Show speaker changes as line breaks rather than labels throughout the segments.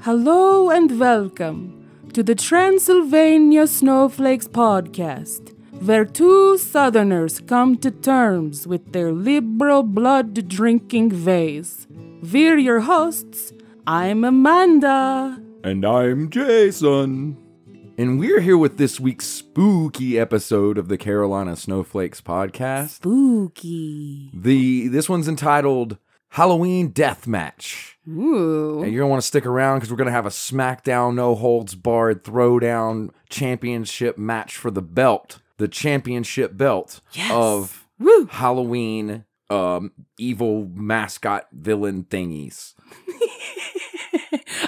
Hello and welcome to the Transylvania Snowflakes podcast, where two Southerners come to terms with their liberal blood drinking ways. We're your hosts. I'm Amanda.
And I'm Jason. And we're here with this week's spooky episode of the Carolina Snowflakes podcast.
Spooky.
The this one's entitled Halloween Death Match.
Ooh.
And you're gonna want to stick around because we're gonna have a SmackDown No Holds Barred Throwdown Championship match for the belt, the championship belt
Yes.
of
Woo.
Halloween um, evil mascot villain thingies.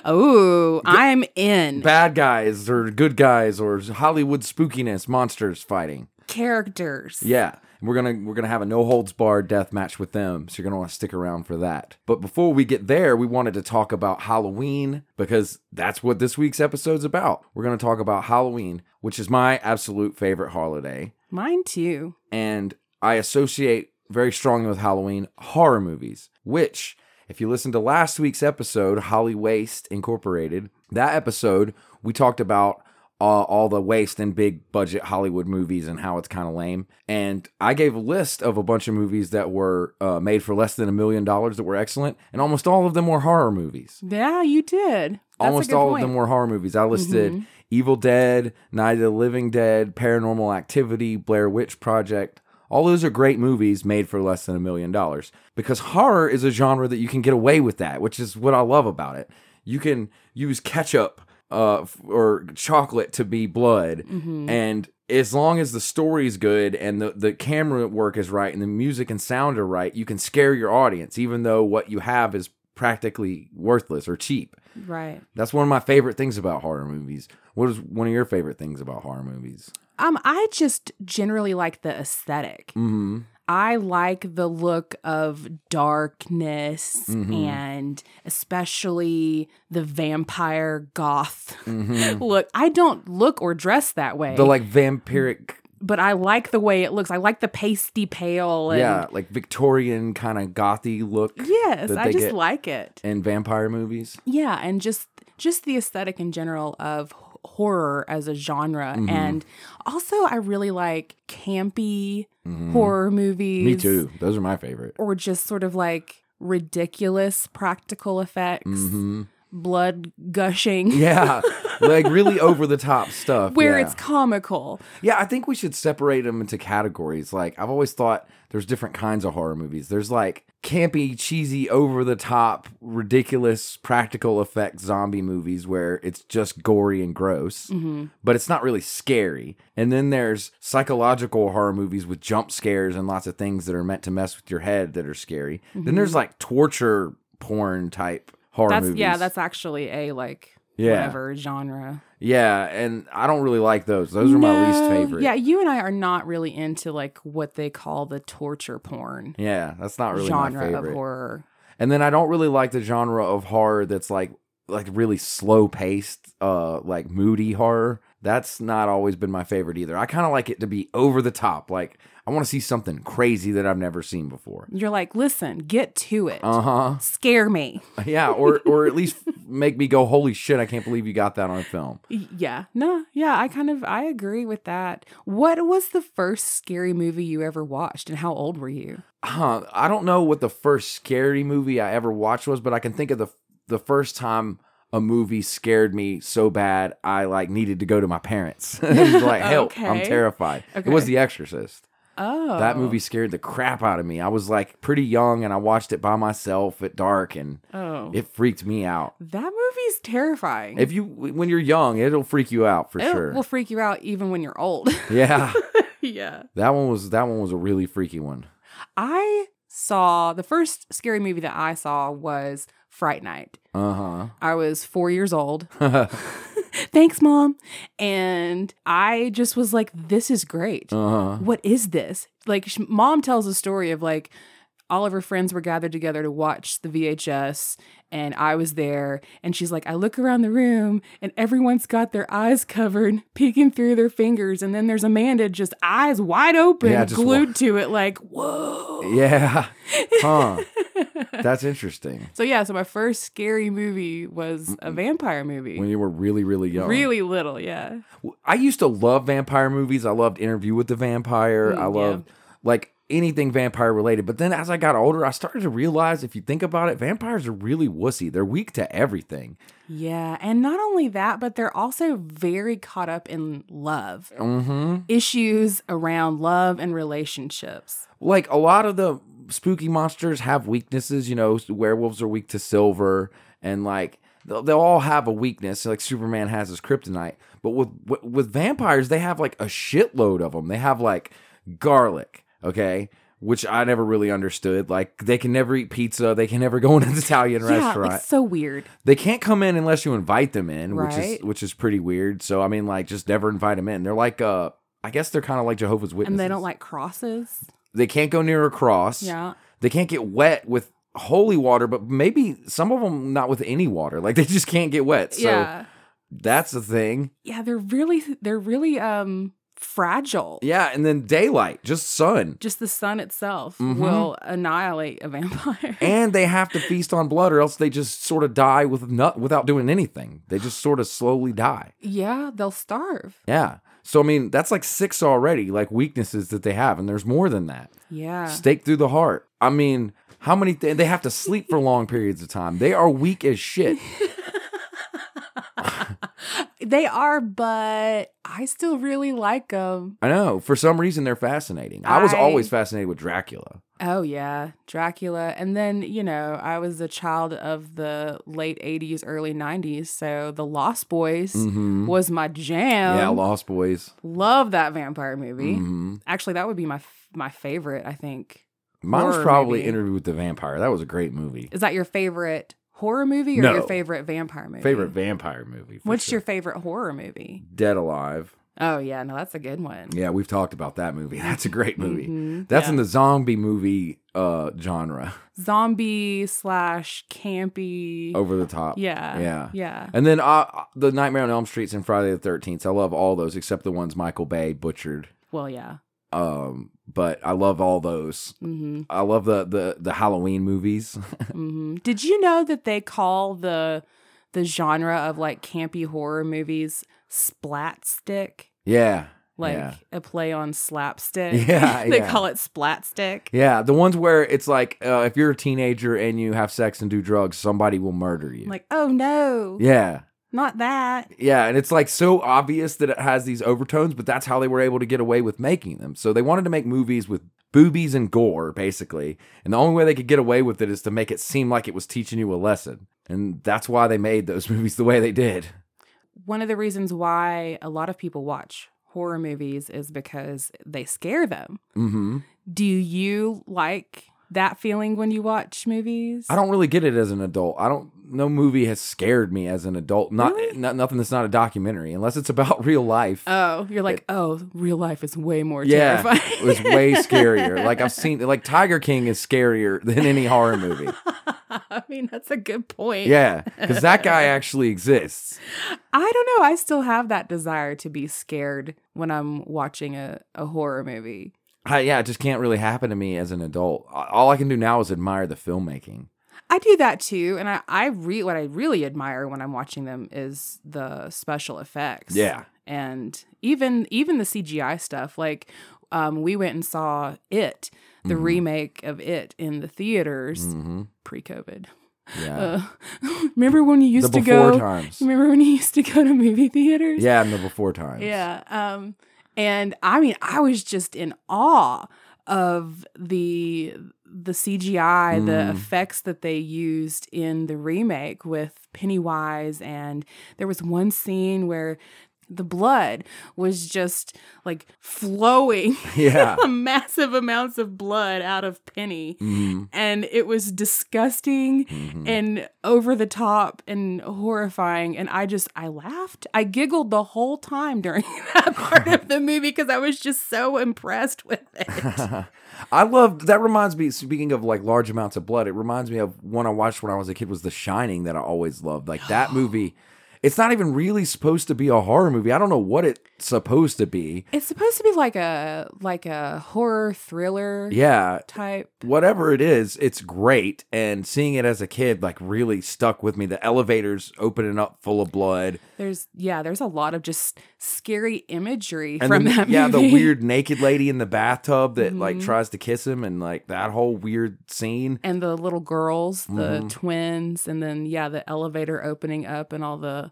Oh, I'm in.
Bad guys or good guys or Hollywood spookiness monsters fighting.
Characters.
Yeah. And We're gonna we're gonna have a no holds barred death match with them, so you're gonna want to stick around for that. But before we get there, we wanted to talk about Halloween because that's what this week's episode's about. We're gonna talk about Halloween, which is my absolute favorite holiday,
Mine too.
and I associate very strongly with Halloween horror movies. Which, if you listen to last week's episode, Holly Waste Incorporated, that episode we talked about uh, all the waste and big budget Hollywood movies and how it's kind of lame. And I gave a list of a bunch of movies that were uh, made for less than a million dollars that were excellent, and almost all of them were horror movies.
Yeah, you did. That's a
almost
good
all
point. Mm-hmm.
of them were horror movies. I listed Evil Dead, Night of the Living Dead, Paranormal Activity, Blair Witch Project. All those are great movies made for less than a million dollars because horror is a genre that you can get away with that, which is what I love about it. You can use ketchup uh, f- or chocolate to be blood,
Mm-hmm.
and as long as the story's good and the, the camera work is right and the music and sound are right, you can scare your audience, even though what you have is practically worthless or cheap.
Right.
That's one of my favorite things about horror movies. What is one of your favorite things about horror movies?
Um, I just generally like the aesthetic.
Mm-hmm.
I like the look of darkness
Mm-hmm.
and especially the vampire goth look. I don't look or dress that way,
Mm-hmm. The like vampiric,
but I like the way it looks. I like the pasty pale. And
yeah, like Victorian kind of gothy look
Yes,
That
I
they
just
get-
like it.
in vampire movies.
Yeah, and just just the aesthetic in general of h- horror as a genre
Mm-hmm.
and also I really like campy horror movies.
Mm-hmm. Me too. Those are my favorite.
or just sort of like ridiculous practical effects, blood gushing,
Mm-hmm. Yeah, like really over the top stuff.
where
yeah.
it's comical.
Yeah, I think we should separate them into categories. Like I've always thought there's different kinds of horror movies. There's like campy, cheesy, over the top, ridiculous practical effect zombie movies where it's just gory and gross,
Mm-hmm.
but it's not really scary. And then there's psychological horror movies with jump scares and lots of things that are meant to mess with your head that are scary. Then there's like torture porn type horror
Mm-hmm. That's
movies.
yeah, that's actually a like
Yeah.
whatever genre.
Yeah, and I don't really like those. Those are my least
No,
favorite.
Yeah, you and I are not really into like what they call the torture porn
Yeah, that's not really my
genre
favorite.
of horror.
And then I don't really like the genre of horror that's like like really slow paced, uh, like moody horror. That's not always been my favorite either. I kind of like it to be over the top. Like I want to see something crazy that I've never seen before.
You're like, listen, get to it.
Uh huh.
Scare me.
Yeah. Or or at least make me go, holy shit! I can't believe you got that on film.
Y- Yeah. No. Yeah, I kind of I agree with that. What was the first scary movie you ever watched and how old were you?
Huh. I don't know what the first scary movie I ever watched was, but I can think of the the first time a movie scared me so bad I like needed to go to my parents and be like help. I'm
Okay.
terrified. It was
Okay.
The Exorcist.
Oh.
That movie scared the crap out of me. I was like pretty young and I watched it by myself at dark and
Oh.
it freaked me out.
that movie's terrifying.
If you when you're young, it'll freak you out for
it
sure.
will freak you out even when you're old.
yeah.
yeah.
That one was that one was a really freaky one.
I saw the first scary movie that I saw was Fright Night.
Uh-huh.
I was four years old. Thanks, mom. And I just was like, this is great.
Uh-huh.
What is this? Like, sh- mom tells a story of like, all of her friends were gathered together to watch the VHS, and I was there. And she's like, I look around the room, and everyone's got their eyes covered, peeking through their fingers. And then there's Amanda, just eyes wide open,
Yeah, just
glued
wa-
to it, like, whoa.
Yeah. Huh. That's interesting.
So, yeah, so my first scary movie was a vampire movie.
When you were really, really young.
Really little, yeah.
I used to love vampire movies. I loved Interview with the Vampire.
Mm,
I loved like anything vampire related. But then as I got older, I started to realize if you think about it, vampires are really wussy. They're weak to everything.
Yeah. And not only that, but they're also very caught up in love,
hmm
issues around love and relationships.
Like a lot of the spooky monsters have weaknesses. You know, werewolves are weak to silver, and like they'll, they'll all have a weakness. Like Superman has his kryptonite. But with with- with vampires, they have like a shitload of them. They have like garlic. Okay. Which I never really understood. Like they can never eat pizza. They can never go in an Italian restaurant.
Yeah, it's so weird.
they can't come in unless you invite them in, which is
Right.
which is pretty weird. So I mean, like, just never invite them in. They're like, uh, I guess they're kind of like Jehovah's Witnesses.
And they don't like crosses.
They can't go near a cross.
Yeah.
They can't get wet with holy water, but maybe some of them not with any water. Like they just can't get wet. So
yeah.
that's the thing.
Yeah, they're really they're really um fragile.
Yeah, and then daylight, just sun.
Just the sun itself
Mhm.
will annihilate a vampire.
And they have to feast on blood, or else they just sort of die with nut without doing anything. They just sort of slowly die.
yeah, they'll starve.
Yeah. So I mean, that's like six already, like weaknesses that they have, and there's more than that.
Yeah.
Stake through the heart. I mean, how many? Th- they have to sleep for long periods of time. They are weak as shit.
they are, but I still really like them.
I know. For some reason, they're fascinating. I was
I-
always fascinated with Dracula.
Oh yeah, Dracula. And then, you know, I was a child of the late 80s, early 90s, so The Lost Boys
Mm-hmm.
was my jam.
yeah, Lost Boys.
Love that vampire movie.
hmm
Actually, that would be my f- my favorite, I think.
Mine was
Horror
probably
movie.
Interview with the Vampire. That was a great movie.
Is that your favorite horror movie or
No.
your favorite vampire movie?
Favorite vampire movie. for
What's
sure.
your favorite horror movie?
Dead Alive?
Oh yeah, no, that's a good one.
Yeah, we've talked about that movie. That's a great movie.
Mhm.
That's
Yeah.
in the zombie movie uh, genre.
zombie slash campy.
Over the top.
yeah,
Oh, Yeah.
yeah.
And then uh, the Nightmare on Elm Streets and Friday the Thirteenth. I love all those except the ones Michael Bay butchered.
Well, yeah.
Um, but I love all those.
Mm-hmm.
I love the the the Halloween movies.
hmm Did you know that they call the the genre of like campy horror movies splatstick?
yeah,
Like
yeah.
a play on slapstick.
Yeah,
they
yeah.
call it splatstick.
yeah, the ones where it's like uh, if you're a teenager and you have sex and do drugs, somebody will murder you.
Like, oh no,
yeah,
not that.
yeah, and it's like so obvious that it has these overtones, but that's how they were able to get away with making them. So they wanted to make movies with boobies and gore, basically, and the only way they could get away with it is to make it seem like it was teaching you a lesson, and that's why they made those movies the way they did.
One of the reasons why a lot of people watch horror movies is because they scare them.
hmm
Do you like that feeling when you watch movies?
I don't really get it as an adult. I don't. No movie has scared me as an adult. Not,
Really?
not nothing that's not a documentary, unless it's about real life.
Oh, you're like, oh, real life is way more
yeah,
terrifying.
it was way scarier. Like I've seen, like Tiger King is scarier than any horror movie.
I mean, that's a good point.
Yeah, because that guy actually exists.
I don't know. I still have that desire to be scared when I'm watching a, a horror movie.
I, yeah, it just can't really happen to me as an adult. A- All I can do now is admire the filmmaking.
I do that too, and I I re- what I really admire when I'm watching them is the special effects.
Yeah.
and even even the CGI stuff. Like, um, we went and saw it, the
Mhm.
remake of it, in the theaters
hmm
pre-COVID.
Yeah,
Uh, remember when you used
the
to
before
go?
times.
Remember when you used to go to movie theaters?
Yeah, and the before times.
Yeah. Um, and I mean, I was just in awe of the the CGI, the
Mm.
effects that they used in the remake with Pennywise, and there was one scene where the blood was just like flowing
Yeah.
massive amounts of blood out of Penny.
Mhm.
And it was disgusting
Mhm.
and over the top and horrifying. And I just, I laughed. I giggled the whole time during that part of the movie because I was just so impressed with it.
I love that. Reminds me. Speaking of like large amounts of blood, it reminds me of one I watched when I was a kid. Was The Shining that I always loved. Like that movie. It's not even really supposed to be a horror movie. I don't know what it's supposed to be.
It's supposed to be like a like a horror thriller
Yeah,
type.
whatever it is, it's great. And seeing it as a kid, like, really stuck with me. The elevators opening up full of blood,
There's yeah, there's a lot of just scary imagery
and
from
the,
that
yeah, the
movie.
weird naked lady in the bathtub that like
Mhm.
tries to kiss him, and like that whole weird scene.
and the little girls, the
Mhm.
twins, and then yeah, the elevator opening up and all the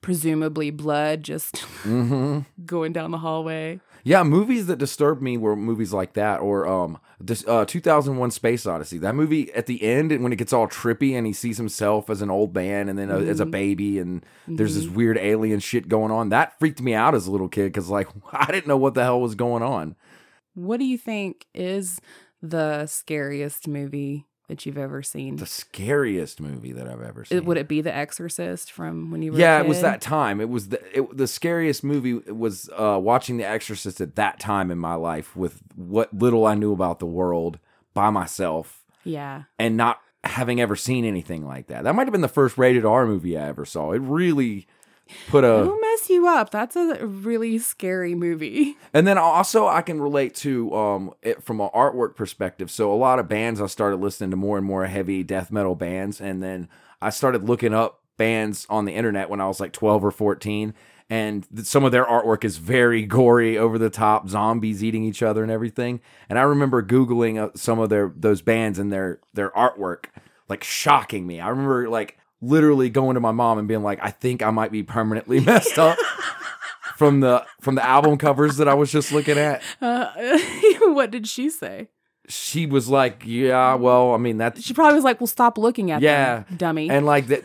presumably blood just
hmm
going down the hallway.
Yeah, movies that disturbed me were movies like that, or um, this, uh, 2001: Space Odyssey. That movie at the end, and when it gets all trippy, and he sees himself as an old man, and then a, as a
Mhm.
baby, and there's this weird alien shit going on. That freaked me out as a little kid because, like, I didn't know what the hell was going on.
Mm-hmm. What do you think is the scariest movie that you've ever seen?
The scariest movie that I've ever seen.
It, would it be The Exorcist from when you were? a
yeah, it was
kid?
that time. It was the it, the scariest movie was uh, watching The Exorcist at that time in my life with what little I knew about the world by myself
Yeah,
and not having ever seen anything like that. That might have been the first rated R movie I ever saw. It really put a
it'll mess you up. That's a really scary movie.
And then also, I can relate to um, it from an artwork perspective. So a lot of bands, I started listening to more and more heavy death metal bands, and then I started looking up bands on the internet when I was like twelve or fourteen. And th- some of their artwork is very gory, over the top, zombies eating each other and everything. And I remember googling uh, some of their those bands and their their artwork, like shocking me. I remember like literally going to my mom and being like, "I think I might be permanently messed up." from the from the album covers that I was just looking at.
Uh, what did she say?
She was like, "Yeah, well, I mean that's
She probably was like, "Well, stop looking at
Yeah.
them, dummy."
and like that.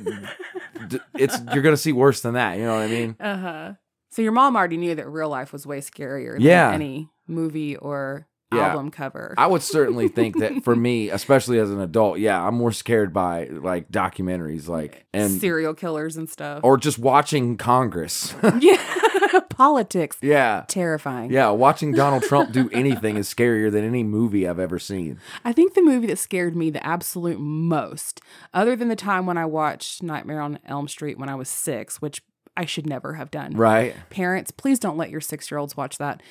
d- It's you're gonna see worse than that. You know what I mean?
Uh huh. So your mom already knew that real life was way scarier than
Yeah.
any movie or
Yeah.
album cover.
I would certainly think that for me, especially as an adult, yeah, I'm more scared by like documentaries, like and
serial killers and stuff.
or just watching Congress.
yeah, politics
yeah.
terrifying.
Yeah, watching Donald Trump do anything is scarier than any movie I've ever seen.
I think the movie that scared me the absolute most, other than the time when I watched Nightmare on Elm Street when I was six, which I should never have done.
Right?
Parents, please don't let your six year olds watch that,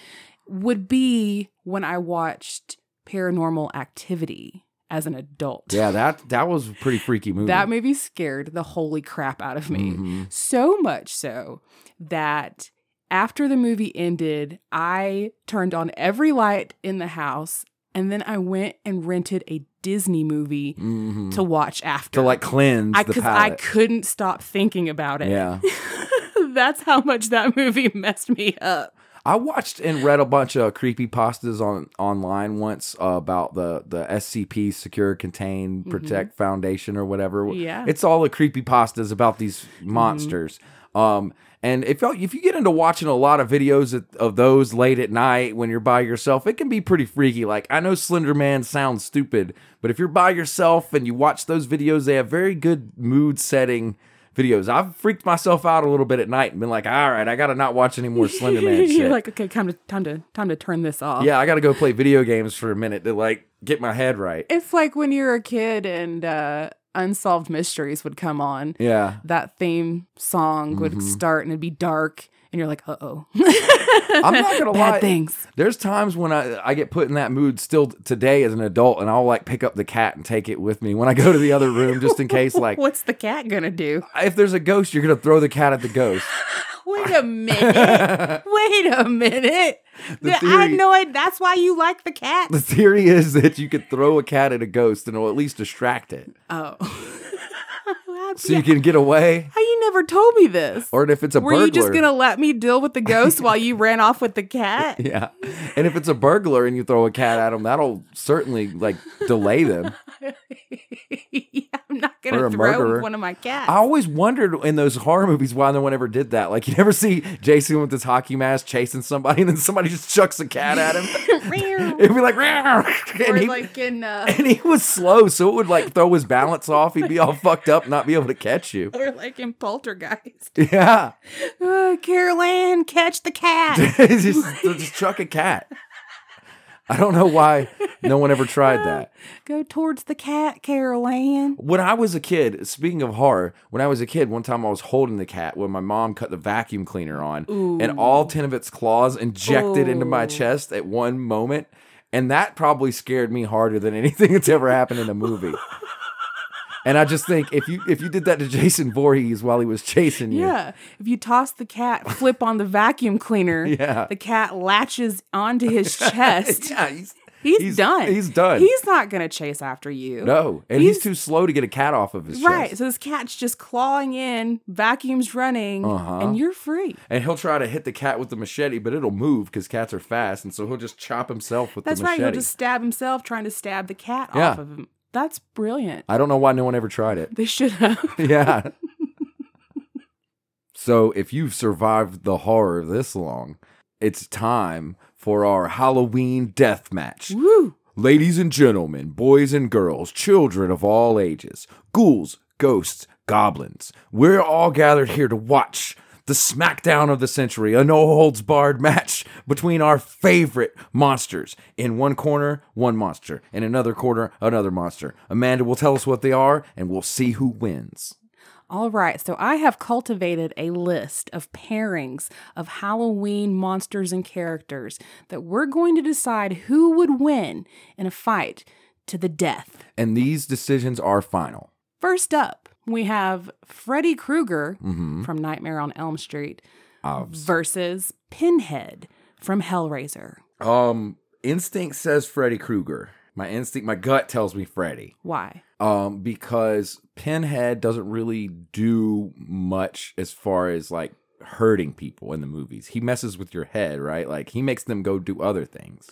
would be when I watched Paranormal Activity as an adult.
Yeah, that that was a pretty freaky movie.
That movie scared the holy crap out of me.
Mhm.
So much so that after the movie ended, I turned on every light in the house and then I went and rented a Disney movie
Mhm.
to watch after.
to like cleanse
I,
the
cause I
palate.
couldn't stop thinking about it.
yeah.
That's how much that movie messed me up.
I watched and read a bunch of creepy pastas on online once uh, about the the SCP Secure Contain Protect Foundation or whatever.
Yeah.
It's all the creepy pastas about these
Mm-hmm.
monsters. Um and if y'all- if you get into watching a lot of videos of, of those late at night when you're by yourself, it can be pretty freaky. Like I know Slender Man sounds stupid, but if you're by yourself and you watch those videos, they have very good mood setting videos. I've freaked myself out a little bit at night and been like, "All right, I got to not watch any more Slender Man shit."
You're like, okay, time to time to time to turn this off.
Yeah, I gotta go play video games for a minute to like get my head right.
It's like when you're a kid and uh, unsolved mysteries would come on.
Yeah.
that theme song
Mm-hmm.
would start and it'd be dark and you're like, uh oh.
I'm not gonna
Bad
lie.
things.
There's times when I, I get put in that mood still today as an adult and I'll like pick up the cat and take it with me when I go to the other room just in case like
What's the cat gonna do?
if there's a ghost you're gonna throw the cat at the ghost.
Wait a minute. Wait a minute. Th- I
theory-
know it. That's why you like the cat.
The theory is that you could throw a cat at a ghost and it'll at least distract it.
Oh. How-
So you can get away.
How you never told me this?
Or if it's a
Were
burglar.
you just gonna let me deal with the ghost while you ran off with the cat?
yeah. And if it's a burglar and you throw a cat at them, that'll certainly like delay them.
yeah, I'm I'm not going
Or
to
a
throw
murderer.
one of my cats.
I always wondered in those horror movies why no one ever did that. Like you never see Jason with his hockey mask chasing somebody, and then somebody just chucks a cat at him.
Meow.
It'd be like, "Rawr," Ah. and
or
he,
like in uh,
and he was slow, so it would like throw his balance off. He'd be all fucked up, not be able to catch you.
or like in Poltergeist.
Yeah,
Uh, Carol Ann, catch the cat.
It's just, they'll just chuck a cat. I don't know why no one ever tried that.
Go towards the cat, Carol Ann.
When I was a kid, speaking of horror, when I was a kid, one time I was holding the cat when my mom cut the vacuum cleaner on, and all 10 of its claws injected into my
Ooh.
chest at one moment. And that probably scared me harder than anything that's ever happened in a movie. and I just think if you if you did that to Jason Voorhees while he was chasing you,
Yeah. If you toss the cat flip on the vacuum cleaner,
Yeah.
the cat latches onto his chest.
yeah he's,
He's, done.
He's done.
He's not going to chase after you.
no, and he's,
he's-
too slow to get a cat off of his
Right.
chest.
So this cat's just clawing in, vacuum's running,
Uh-huh.
and you're free.
And he'll try to hit the cat with the machete, but it'll move because cats are fast, and so he'll just chop himself with
That's
the machete.
right. He'll just stab himself trying to stab the cat
Yeah. Uh,
off of him. That's brilliant.
I don't know why no one ever tried it.
They should have.
yeah. so if you've survived the horror this long, it's time for our Halloween death match.
Woo.
Ladies and gentlemen, boys and girls, children of all ages, ghouls, ghosts, goblins, we're all gathered here to watch the smackdown of the century, a no holds barred match between our favorite monsters. In one corner, one monster. In another corner, another monster. Amanda will tell us what they are, and we'll see who wins.
All right, so I have cultivated a list of pairings of Halloween monsters and characters that we're going to decide who would win in a fight to the death.
And these decisions are final.
First up, we have Freddy Krueger from Nightmare on Elm Street versus Pinhead from Hellraiser.
Um, instinct says Freddy Krueger. My instinct, my gut tells me Freddy.
Why?
um, because Pinhead doesn't really do much as far as like hurting people in the movies. He messes with your head, right? Like he makes them go do other things.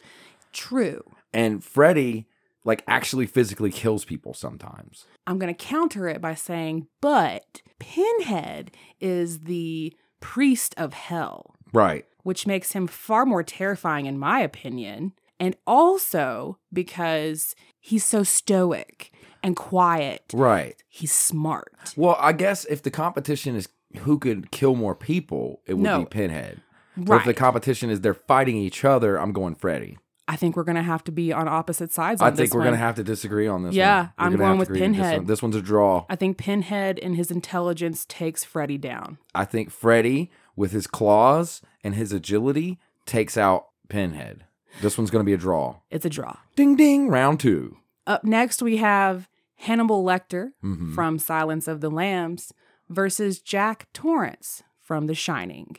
True.
And Freddy like actually physically kills people sometimes.
I'm going to counter it by saying, but Pinhead is the priest of hell.
Right.
which makes him far more terrifying, in my opinion. And also because he's so stoic and quiet,
Right.
he's smart.
Well, I guess if the competition is who could kill more people, it would
No.
be Pinhead. But if
Right.
the competition is they're fighting each other, I'm going Freddy.
I think we're going to have to be on opposite sides on
I think
this
we're
one.
gonna have to disagree on this.
Yeah,
one. We're
I'm
gonna
going
have to
with
agree on this
Pinhead.
one. This one's a draw.
I think Pinhead and his intelligence takes Freddy down.
I think Freddy, with his claws and his agility, takes out Pinhead. This one's going to be a draw.
It's a draw.
Ding ding, round two.
Up next, we have Hannibal Lecter
Mhm.
from Silence of the Lambs versus Jack Torrance from The Shining.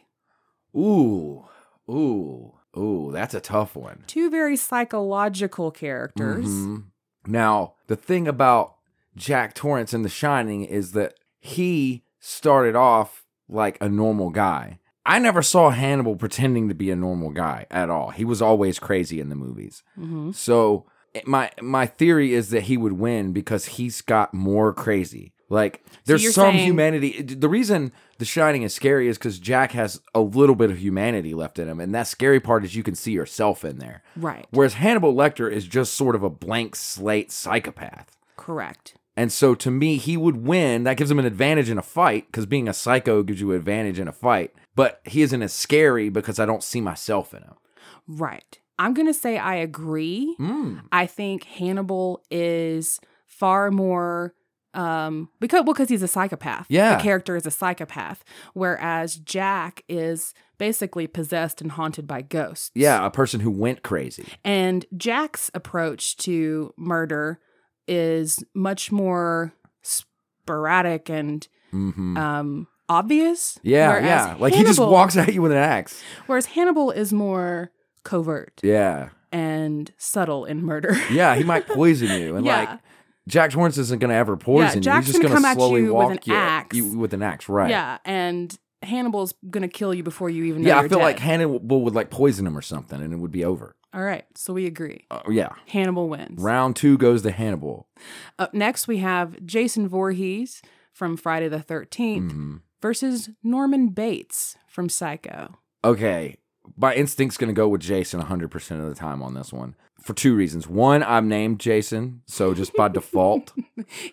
Ooh, ooh, ooh, that's a tough one.
Two very psychological characters.
Mhm. Now, the thing about Jack Torrance in The Shining is that he started off like a normal guy. I never saw Hannibal pretending to be a normal guy at all. He was always crazy in the movies.
Mhm.
So it- my my theory is that he would win because he's got more crazy. Like there's
you're
some
saying-
humanity. The reason The Shining is scary is because Jack has a little bit of humanity left in him, and that scary part is you can see yourself in there.
Right.
Whereas Hannibal Lecter is just sort of a blank slate psychopath.
Correct.
And so to me, he would win. That gives him an advantage in a fight because being a psycho gives you an advantage in a fight. But he isn't as scary because I don't see myself in him.
Right. I'm going to say I agree. I think Hannibal is far more um because well because he's a psychopath.
Yeah.
The character is a psychopath whereas Jack is basically possessed and haunted by ghosts.
Yeah, a person who went crazy.
And Jack's approach to murder is much more sporadic and
hmm
um obvious.
Yeah,
whereas
yeah. Like he just
Hannibal-
walks at you with an axe.
whereas Hannibal is more covert
Yeah.
and subtle in murder.
Yeah, he might poison you. And
Yeah.
like Jack Torrance isn't gonna ever poison you.
Jack's
He's just
gonna
gonna,
come at
slowly
you with
walk
an
you,
axe.
you with an axe, right.
Yeah, and Hannibal's gonna kill you before you even know.
Yeah, I
you're
feel like
dead.
Hannibal would like poison him or something and it would be over.
All right, so we agree.
Uh, yeah.
Hannibal wins.
Round two goes to Hannibal.
Up next, we have Jason Voorhees from Friday the 13th
Mm. Mm-hmm.
versus Norman Bates from Psycho.
Okay. My instinct's going to go with Jason 100% of the time on this one for two reasons. One, I'm named Jason. So just by default,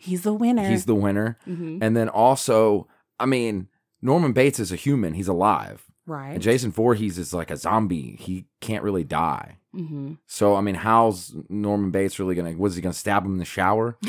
He's the winner.
he's the winner.
Mhm.
And then also, I mean, Norman Bates is a human, he's alive.
Right.
And Jason Voorhees is like a zombie, he can't really die.
hmm
So, I mean, how's Norman Bates really going to, was he going to stab him in the shower?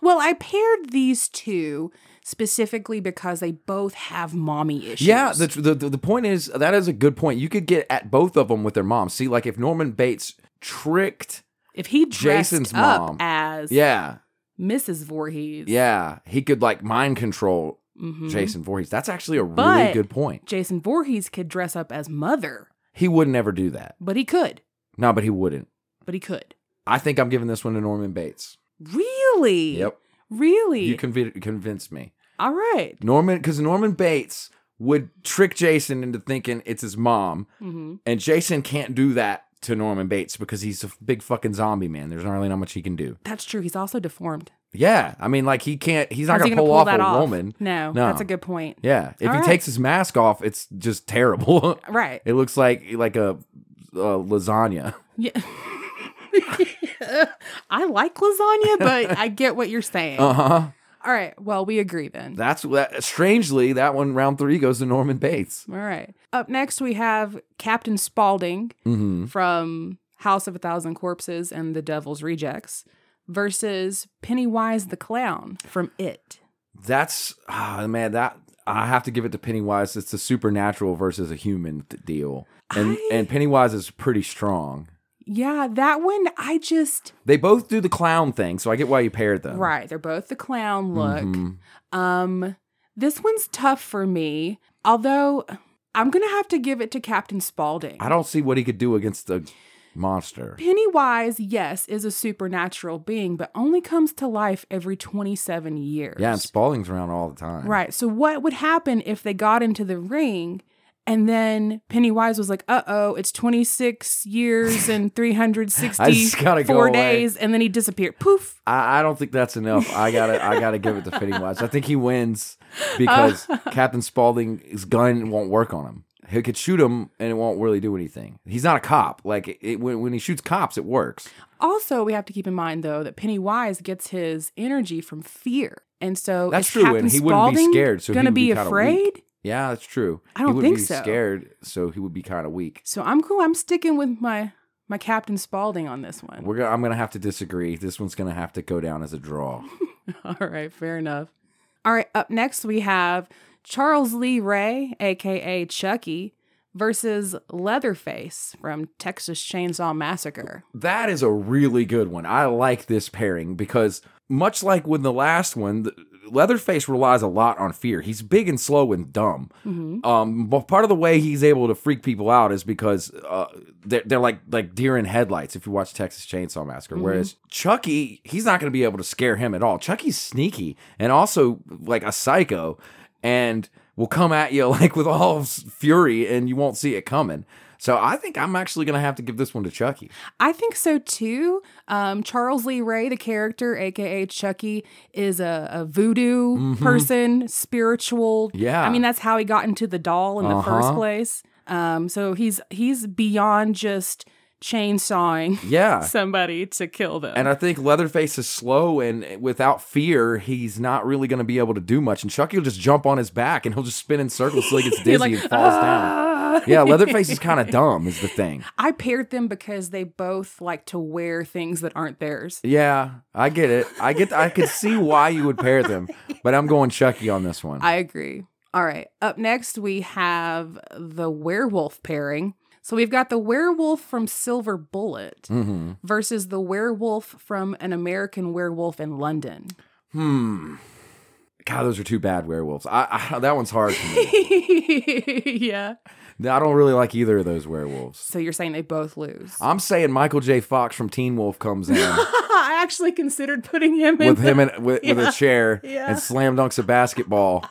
well, I paired these two specifically because they both have mommy issues.
Yeah, the, tr- the the the point is that is a good point. You could get at both of them with their mom. See, like if Norman Bates tricked,
if he dressed
Jason's
up
mom.
as
yeah,
Mrs. Voorhees,
yeah, he could like mind control
mhm,
Jason Voorhees. That's actually a really
But-
good point.
Jason Voorhees could dress up as mother,
He would never do that.
but he could,
No, but he wouldn't.
but he could.
I think I'm giving this one to Norman Bates.
Really?
Yep,
Really?
you conv- convinced me,
All right.
Norman, because Norman Bates would trick Jason into thinking it's his mom,
Mm-hmm.
and Jason can't do that to Norman Bates because he's a big fucking zombie man. There's not really not much he can do.
That's true. He's also deformed.
Yeah, I mean, like he can't. He's not
How's
gonna,
he
pull, off a woman.
No,
No.
that's a good point.
Yeah, if
All
he
right.
takes his mask off, it's just terrible.
Right.
it looks like like a, a lasagna.
Yeah. I like lasagna, but I get what you're saying.
Uh huh.
All right. Well, we agree then.
That's that. Strangely, that one round three goes to Norman Bates.
All right. Up next, we have Captain Spaulding
Mm-hmm.
from House of a Thousand Corpses and The Devil's Rejects versus Pennywise the Clown from It.
That's ah man. That I have to give it to Pennywise. It's a supernatural versus a human th- deal, and
I-
and Pennywise is pretty strong.
Yeah, that one, I just.
They both do the clown thing, so I get why you paired them.
Right. They're both the clown look.
Mhm.
Um, this one's tough for me, although I'm gonna have to give it to Captain Spaulding.
I don't see what he could do against a monster.
Pennywise, yes, is a supernatural being, but only comes to life every 27 years.
Yeah, and Spalding's around all the time.
right. So what would happen if they got into the ring? And then Pennywise was like, "Uh oh, it's twenty six years and three hundred
I
sixty
just gotta go
four
away.
days," and then he disappeared. Poof!
I, I don't think that's enough. I gotta I gotta give it to Pennywise. I think he wins because Captain Spaulding's gun won't work on him. He could shoot him and it won't really do anything. He's not a cop. Like it, it- when when he shoots cops, it works.
Also, we have to keep in mind though that Pennywise gets his energy from fear, and so
That's
is
true, and
Captain
he wouldn't be
Spaulding
scared, so he
gonna
would be
be,
kinda
afraid.
Yeah, that's true.
I don't
he would
think
be
so.
Scared, so he would be kind of weak.
So I'm cool. I'm sticking with my my Captain Spaulding on this one.
We're gonna, I'm gonna have to disagree. This one's gonna have to go down as a draw.
All right, fair enough. All right, up next we have Charles Lee Ray, aka Chucky, versus Leatherface from Texas Chainsaw Massacre.
That is a really good one. I like this pairing because much like with the last one, the- Leatherface relies a lot on fear. He's big and slow and dumb. Um, but part of the way he's able to freak people out is because uh, they're, they're like like deer in headlights. If you watch Texas Chainsaw Massacre, whereas Chucky, he's not going to be able to scare him at all. Chucky's sneaky and also like a psycho, and will come at you like with all s- fury, and you won't see it coming. So I think I'm actually going to have to give this one to Chucky.
I think so too. Um, Charles Lee Ray, the character, aka Chucky, is a, a voodoo person, spiritual.
Mm-hmm. Yeah.
I mean that's how he got into the doll in the first
Uh-huh.
place. Um, so he's he's beyond just chainsawing
Yeah.
somebody to kill them.
Uh, And I think Leatherface is slow and eh, without fear, he's not really going to be able to do much. And Chucky will just jump on his back and he'll just spin in circles till he gets dizzy
You're like,
and falls down.
"Ah."
Yeah, Leatherface is kind of dumb, is the thing.
I paired them because they both like to wear things that aren't theirs.
Yeah, I get it. I get. I could see why you would pair them, but I'm going Chucky on this one.
I agree. All right. Up next, we have the werewolf pairing. So we've got the werewolf from Silver Bullet
hmm
versus the werewolf from An American Werewolf in London.
Hmm. God, those are two bad werewolves. I, I that one's hard for me.
yeah.
I don't really like either of those werewolves.
So you're saying they both lose?
I'm saying Michael J. Fox from Teen Wolf comes in.
I actually considered putting him in.
with
the-
him in, with, with
Yeah.
a chair
Yeah.
and slam dunks a basketball.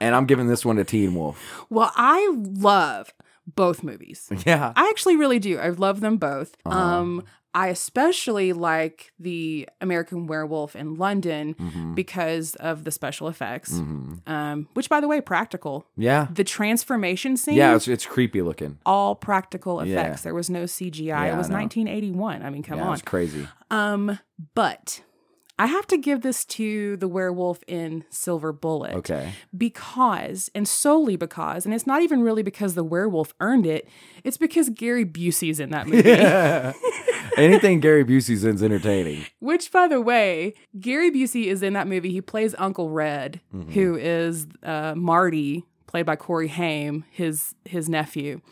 and I'm giving this one to Teen Wolf.
Well, I love both movies.
Yeah.
I actually really do. I love them both.
Uh-huh.
Um, I especially like the American Werewolf in London
Mhm.
because of the special effects,
Mhm.
um, which, by the way, practical.
Yeah.
The transformation scene,
Yeah. It's, it's creepy looking.
all practical
Yeah.
effects. There was no CGI.
Yeah, I
it was
know.
1981. I mean, come
yeah,
on.
It's crazy.
Um, but I have to give this to the Werewolf in Silver Bullet
Okay.
because, and solely because, and it's not even really because the werewolf earned it. It's because Gary Busey's in that movie.
Yeah. Anything Gary Busey's in's entertaining.
Which, by the way, Gary Busey is in that movie. He plays Uncle Red, who is uh, Marty, played by Corey Haim, his his nephew.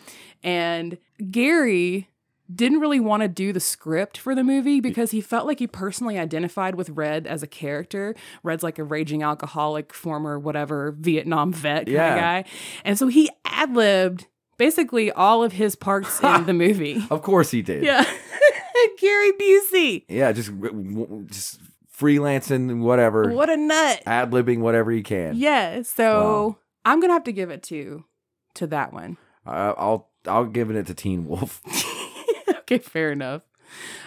And Gary didn't really want to do the script for the movie because he felt like he personally identified with Red as a character. Red's like a raging alcoholic, former whatever Vietnam vet kind
Yeah.
of guy, and so he ad libbed basically all of his parts in the movie.
Of course he did.
Yeah, Gary Busey.
Yeah. Just w- w- just freelancing, whatever,
What a nut.
ad libbing, whatever he can.
Yeah. So
Wow.
I'm gonna have to give it to to that one.
Uh, I'll I'll give it to Teen Wolf.
okay, fair enough.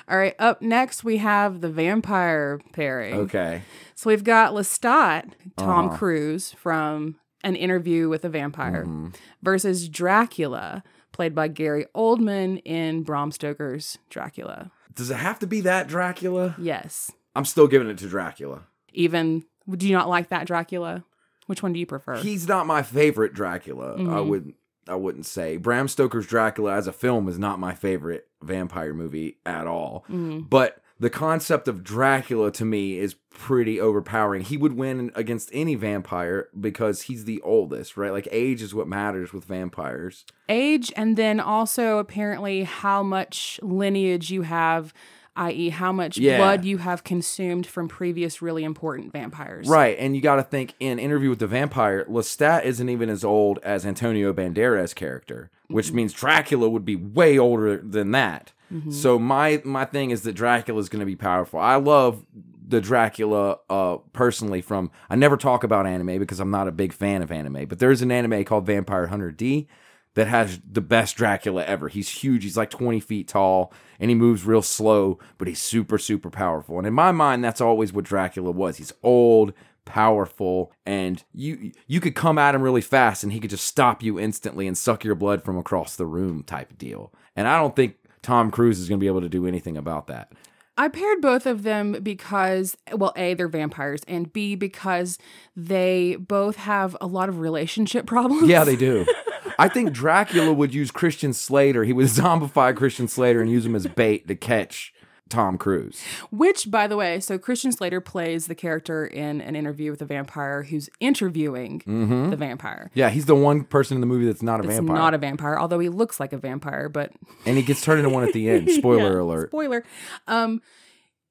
All right, up next we have the vampire pairing.
Okay.
So we've got Lestat, Tom
Uh-huh.
Cruise from an interview with a vampire
Mhm.
versus Dracula, played by Gary Oldman in Bram Stoker's Dracula.
Does it have to be that Dracula?
Yes.
I'm still giving it to Dracula.
Even do you not like that Dracula? Which one do you prefer?
He's not my favorite Dracula. I
Mhm.
wouldn't I wouldn't say Bram Stoker's Dracula as a film is not my favorite vampire movie at all.
Mhm.
But the concept of Dracula to me is pretty overpowering. He would win against any vampire because he's the oldest, right? Like age is what matters with vampires.
age and then also apparently how much lineage you have i.e. how much
Yeah.
blood you have consumed from previous really important vampires.
Right, and you got to think in Interview with the Vampire, Lestat isn't even as old as Antonio Banderas' character, which means Dracula would be way older than that. So my my thing is that Dracula is going to be powerful. I love the Dracula uh personally from I never talk about anime because I'm not a big fan of anime, but there's an anime called Vampire Hunter D that has the best Dracula ever. He's huge. He's like 20 feet tall and he moves real slow, but he's super, super powerful. And in my mind, that's always what Dracula was. He's old, powerful, and you you could come at him really fast and he could just stop you instantly and suck your blood from across the room type of deal. And I don't think Tom Cruise is going to be able to do anything about that.
I paired both of them because well A they're vampires and B because they both have a lot of relationship problems.
Yeah, they do. I think Dracula would use Christian Slater. He would zombify Christian Slater and use him as bait to catch Tom Cruise.
Which by the way, so Christian Slater plays the character in an interview with a vampire who's interviewing the vampire.
Yeah, he's the one person in the movie that's not Mm-hmm. a
It's
vampire.
not a vampire, although he looks like a vampire, but
and he gets turned into one at the end. Spoiler
Yeah,
alert.
Spoiler. Um,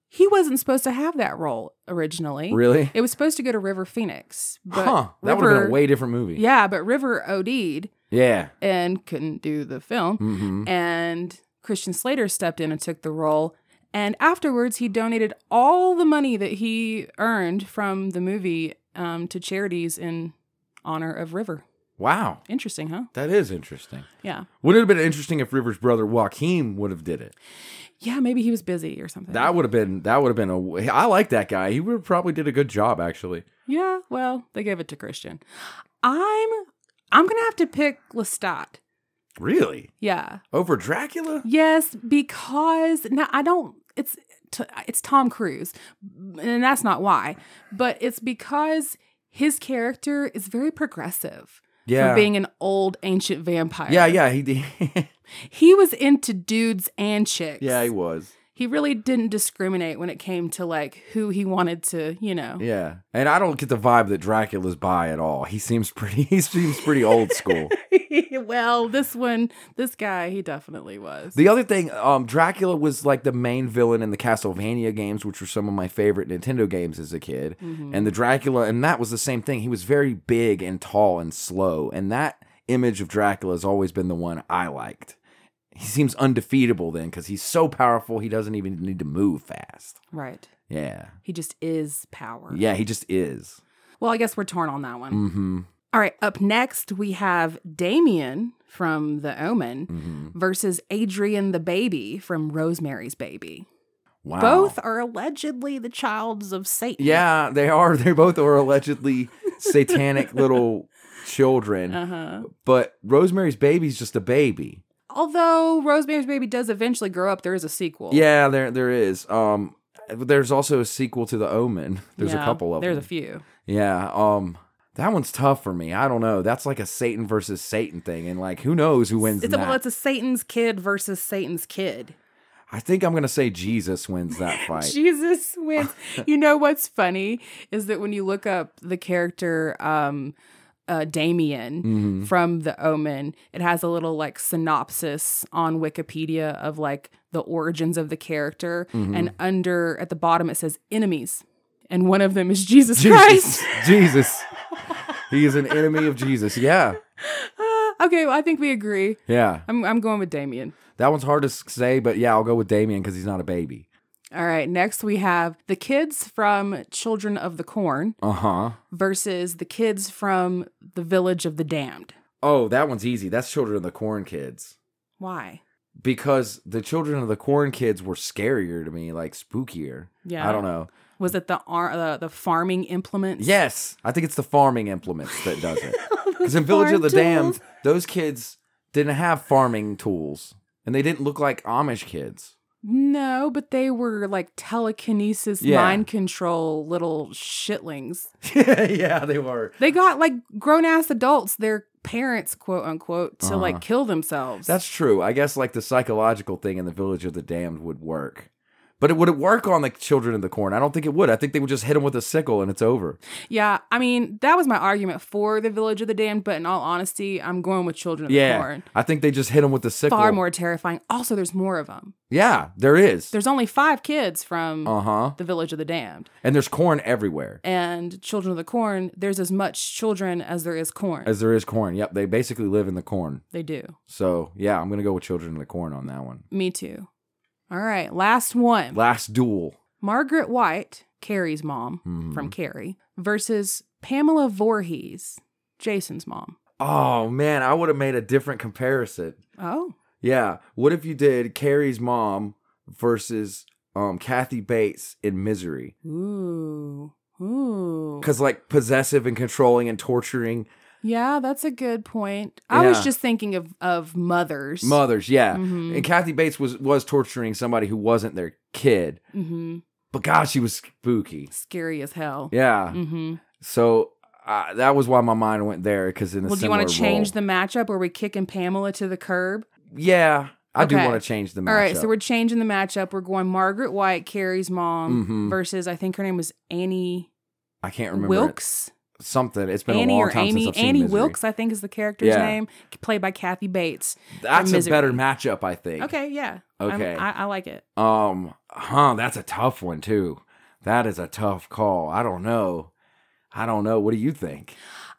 he wasn't supposed to have that role originally.
Really?
It was supposed to go to River Phoenix. But
huh. That would
River,
have been a way different movie.
Yeah, but River OD'd
Yeah.
and couldn't do the film.
hmm
And Christian Slater stepped in and took the role. And afterwards, he donated all the money that he earned from the movie um, to charities in honor of River.
Wow.
Interesting, huh?
That is interesting.
Yeah.
Would it have been interesting if River's brother Joaquin would have did it?
Yeah, maybe he was busy or something.
That would have been that would have been a w- I like that guy. He would have probably did a good job actually.
Yeah, well, they gave it to Christian. I'm I'm gonna have to pick Lestat.
Really?
Yeah.
Over Dracula?
Yes, because now I don't. It's t- it's Tom Cruise, and that's not why. But it's because his character is very progressive
Yeah.
for being an old ancient vampire.
yeah, yeah, he did.
He was into dudes and chicks.
yeah, he
He,
was.
really didn't discriminate when it came to like who he wanted to, you know.
Yeah. And I don't get the vibe that Dracula's by at all. He seems pretty he seems pretty old school.
well, this one, this guy, he definitely was.
The other thing, um, Dracula was like the main villain in the Castlevania games, which were some of my favorite Nintendo games as a kid. And the Dracula, and that was the same thing. He was very big and tall and slow, and that image of Dracula has always been the one I liked. He seems undefeatable then because he's so powerful he doesn't even need to move fast.
right.
Yeah,
He just is power.
yeah, he just is.
Well, I guess we're torn on that one.
Mm-hmm.
All right, up next we have Damien from The Omen
mm-hmm.
versus Adrian the baby from Rosemary's Baby.
Wow.
Both are allegedly the childs of Satan.
Yeah, they are. They both are allegedly satanic little children.
Uh-huh.
But Rosemary's Baby's just a baby.
Although Rosemary's Baby does eventually grow up, there is a sequel.
Yeah, there there is. Um, there's also a sequel to The Omen. There's a
Yeah,
couple of
There's
them.
a few.
yeah. Um, that one's tough for me. I don't know. That's like a Satan versus Satan thing, and like who knows who wins
It's a,
that?
well, it's a Satan's kid versus Satan's kid.
I think I'm gonna say Jesus wins that fight.
Jesus wins. you know what's funny is that when you look up the character um uh Damien
Mhm.
from The Omen, it has a little like synopsis on Wikipedia of like the origins of the character and under at the bottom it says enemies. And one of them is Jesus,
Jesus,
Christ.
Jesus. He is an enemy of Jesus. Yeah,
okay, well I think we agree.
yeah.
I'm I'm going with Damien.
That one's hard to s- say, but yeah, I'll go with Damien because he's not a baby.
All right, next we have the kids from Children of the Corn
Uh huh.
versus the kids from the Village of the Damned.
Oh, that one's easy. That's Children of the Corn Kids.
Why?
Because the Children of the Corn Kids were scarier to me, like spookier.
Yeah.
I don't know.
Was it the ar- uh, the, the farming implements?
Yes, I think it's the farming implements that does it. Because in Village of the Damned, those kids didn't have farming tools and they didn't look like Amish kids.
No, but they were like telekinesis,
Yeah.
mind control little shitlings.
yeah, they were.
They got like grown ass adults, their parents, quote unquote, to
Uh-huh.
like kill themselves.
That's true. I guess like the psychological thing in the Village of the Damned would work. But it would it work on the Children of the Corn? I don't think it would. I think they would just hit them with a sickle and it's over.
yeah. I mean, that was my argument for the Village of the Damned, but in all honesty, I'm going with Children of
Yeah.
the Corn.
I think they just hit them with the sickle.
Far more terrifying. Also, there's more of them.
Yeah, there is.
There's only five kids from
Uh huh.
the Village of the Damned.
And there's corn everywhere,
and Children of the Corn, there's as much children as there is corn.
as there is corn. Yep, they basically live in the corn.
they do.
So yeah, I'm gonna go with Children of the Corn on that one.
Me too. All right, last one.
Last duel.
Margaret White, Carrie's mom
Hmm.
from Carrie, versus Pamela Voorhees, Jason's mom.
Oh man, I would have made a different comparison.
Oh,
Yeah, what if you did Carrie's mom versus um Kathy Bates in Misery?
ooh, ooh.
Because like possessive and controlling and torturing
Yeah, that's a good point. I was
Yeah.
just thinking of of mothers.
mothers. Yeah,
Mhm.
and Kathy Bates was was torturing somebody who wasn't their kid.
hmm
But God, she was spooky.
Scary as hell.
Yeah.
hmm
So uh, that was why my mind went there because in a
Well, do you
want to
change the matchup? Are we kicking Pamela to the curb?
Yeah, I do
Okay.
want to change the matchup.
All right, so we're changing the matchup. We're going Margaret White, Carrie's mom,
Mhm.
versus I think her name was Annie
I can't remember it.
Wilkes.
something. It's been
Annie
a long
or
time
Amy?
since I've seen
Annie
Misery.
Wilkes, I think, is the character's
Yeah.
name, played by Kathy Bates.
That's a
Misery.
better matchup, I think.
Okay, yeah. I'm-
Okay.
I, I like it.
um. Huh. That's a tough one too. That is a tough call. I don't know. I don't know. What do you think?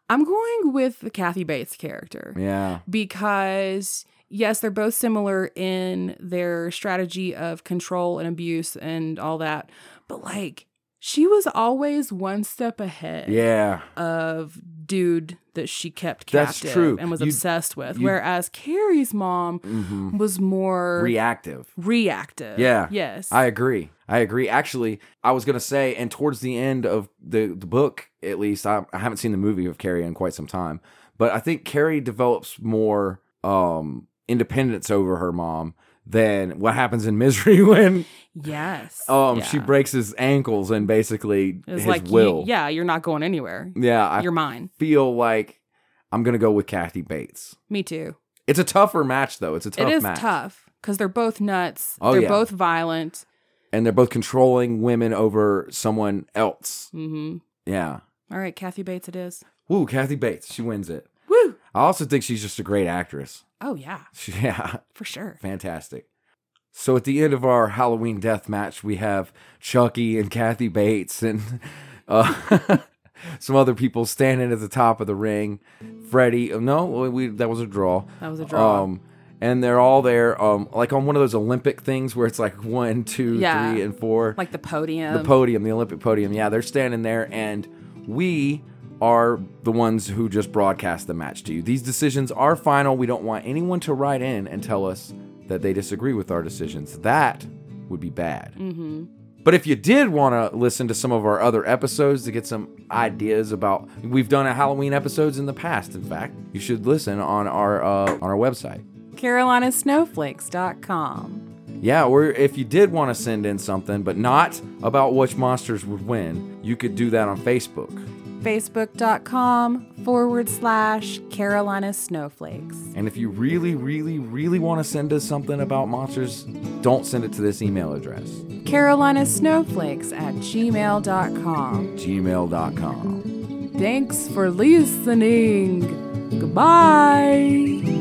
I'm going with the Kathy Bates character
Yeah.
because, yes, they're both similar in their strategy of control and abuse and all that, but like she was always one step ahead.
Yeah.
of dude that she kept
That's
captive
true.
and was
You-
obsessed with.
you-
whereas Carrie's mom
hmm
was more
Reactive.
reactive.
Yeah.
Yes.
I agree. I agree. Actually, I was gonna say, and towards the end of the the book, at least, I, I haven't seen the movie of Carrie in quite some time, but I think Carrie develops more um independence over her mom than what happens in Misery when
yes.
um
Yeah.
she breaks his ankles and basically
It's
his
like
will.
You, yeah, you're not going anywhere.
yeah. I
you're mine.
feel like I'm gonna go with Kathy Bates.
Me too.
It's a tougher match though. It's a tough
it is
match,
tough because they're both nuts.
Oh,
they're
yeah.
both violent.
and they're both controlling women over someone else.
hmm
Yeah.
All right, Kathy Bates, it is.
Woo, Kathy Bates. She wins it.
Woo.
I also think she's just a great actress.
Oh yeah,
She- yeah,
for sure.
fantastic. So at the end of our Halloween death match, we have Chucky and Kathy Bates and uh, some other people standing at the top of the ring. Freddie, uh, no, we, that was a draw.
That was a draw.
Um, and they're all there, um, like on one of those Olympic things where it's like one, two, three,
Yeah.
and four
like the podium.
the podium, the Olympic podium. Yeah, they're standing there, and we are the ones who just broadcast the match to you. These decisions are final. We don't want anyone to write in and tell us that they disagree with our decisions. That would be bad. But if you did want to listen to some of our other episodes to get some ideas about, we've done a Halloween episodes in the past. In fact, you should listen on our uh, on our website.
carolinasnowflakes.com.
Yeah, or if you did want to send in something, but not about which monsters would win, you could do that on Facebook.
Facebook.com forward slash Carolina Snowflakes.
And if you really, really, really want to send us something about monsters, don't send it to this email address
Carolina Snowflakes at gmail.com.
gmail.com.
Thanks for listening. Goodbye.